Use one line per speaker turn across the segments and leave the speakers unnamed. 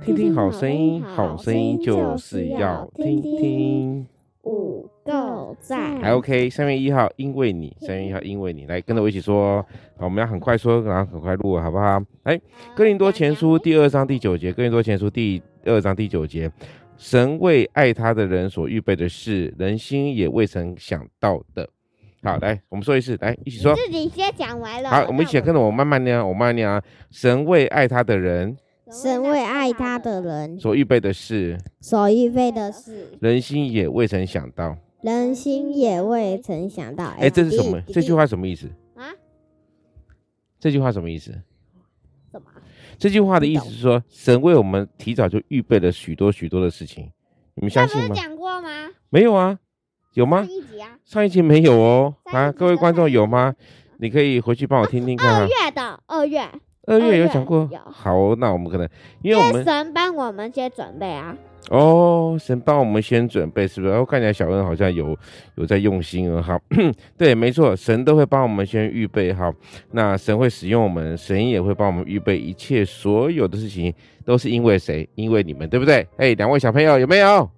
听听好声音，好声音就是要听听。
五够赞，
还 OK，三月一号因为你，三月一号因为你，来跟着我一起说，好，我们要很快说，然后很快录，好不好？来，《哥林多前书》第二章第九节，《哥林多前书》第二章第九节，神为爱他的人所预备的事，人心也未曾想到的。好，来，我们说一次，来一起说。
自己先讲完了。
好，我们一起跟着我慢慢念啊，我慢慢念啊。神为爱他的人
神为爱他的人
所预备的事，
所预备的事，
人心也未曾想到。
人心也未曾想到。
哎，这是什么？
弟弟
这句话什么意思？
啊，
这句话什么意思？
什么？
这句话的意思是说，神为我们提早就预备了许多许多的事情，你们相
那不
信
是
吗？
讲过吗？
没有啊，有吗
上？一集啊，
上一集没有哦，
上一
啊，
集
各位
的
观众
上一
有
集
吗？你可以回去帮我听听看
二
啊。
月的二月，
二
二
月有
月
讲过
有，
好哦，那我们可能因为我
因为
们
神帮我们先准备啊。
哦，神帮我们先准备，是不是？哦，看起来小恩好像有有在用心哦。好， 对，没错，神都会帮我们先预备好。那神会使用我们，神也会帮我们预备一切所有的事情，都是因为谁？因为你们，对不对？哎，两位小朋友有没有？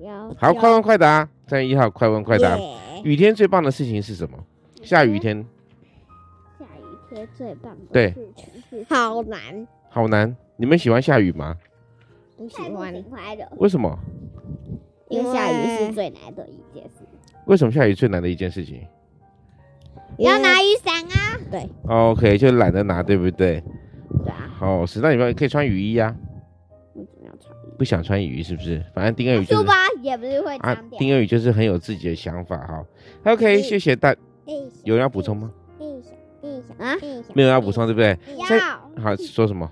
有
好，快问快答，三月一号，快问快答。
耶
雨天最棒的事情是什么？下雨天
下雨天最棒的
对
事情是
好难，
好难，你们喜欢下雨吗？
不喜
太不
欢
喜。欢了，
为什么？
因为下雨
因为
是最难的一件事。
为什么下雨最难的一件事情
要
因为
拿雨伞啊！
对
？OK，就懒得拿，对不对？
对啊，
好，是，那你们可以穿雨衣啊。
为什么要穿雨？
不想穿雨衣是不是？反正丁恩宇就
书
是
包也不是会
啊
脏，掉。
丁恩宇就是很有自己的想法哈。OK，
嗯
谢谢大，
地小
有人要补充吗？
地小地小
啊
地小
没有人要补充对不对？所以
要
好，说什么？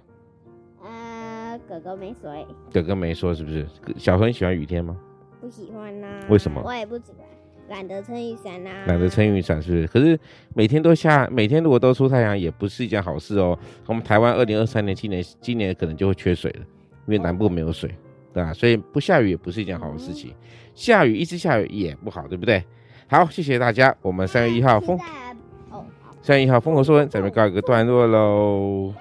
呃，哥哥没水，
哥哥没说是不是？小恒喜欢雨天吗？
不喜欢啦。
为什么
我也不喜欢，懒得撑雨伞啦。
懒得撑雨伞是不是？可是每天都下，每天如果都出太阳，也不是一件好事哦。我们台湾二零二三年今年今年可能就会缺水了，因为南部没有水，对吧？所以不下雨也不是一件好的事情，下雨一直下雨也不好，对不对？好，谢谢大家，我们三月一号风
现在哦，好
三月一号风和说文，咱们告一个段落喽。
哦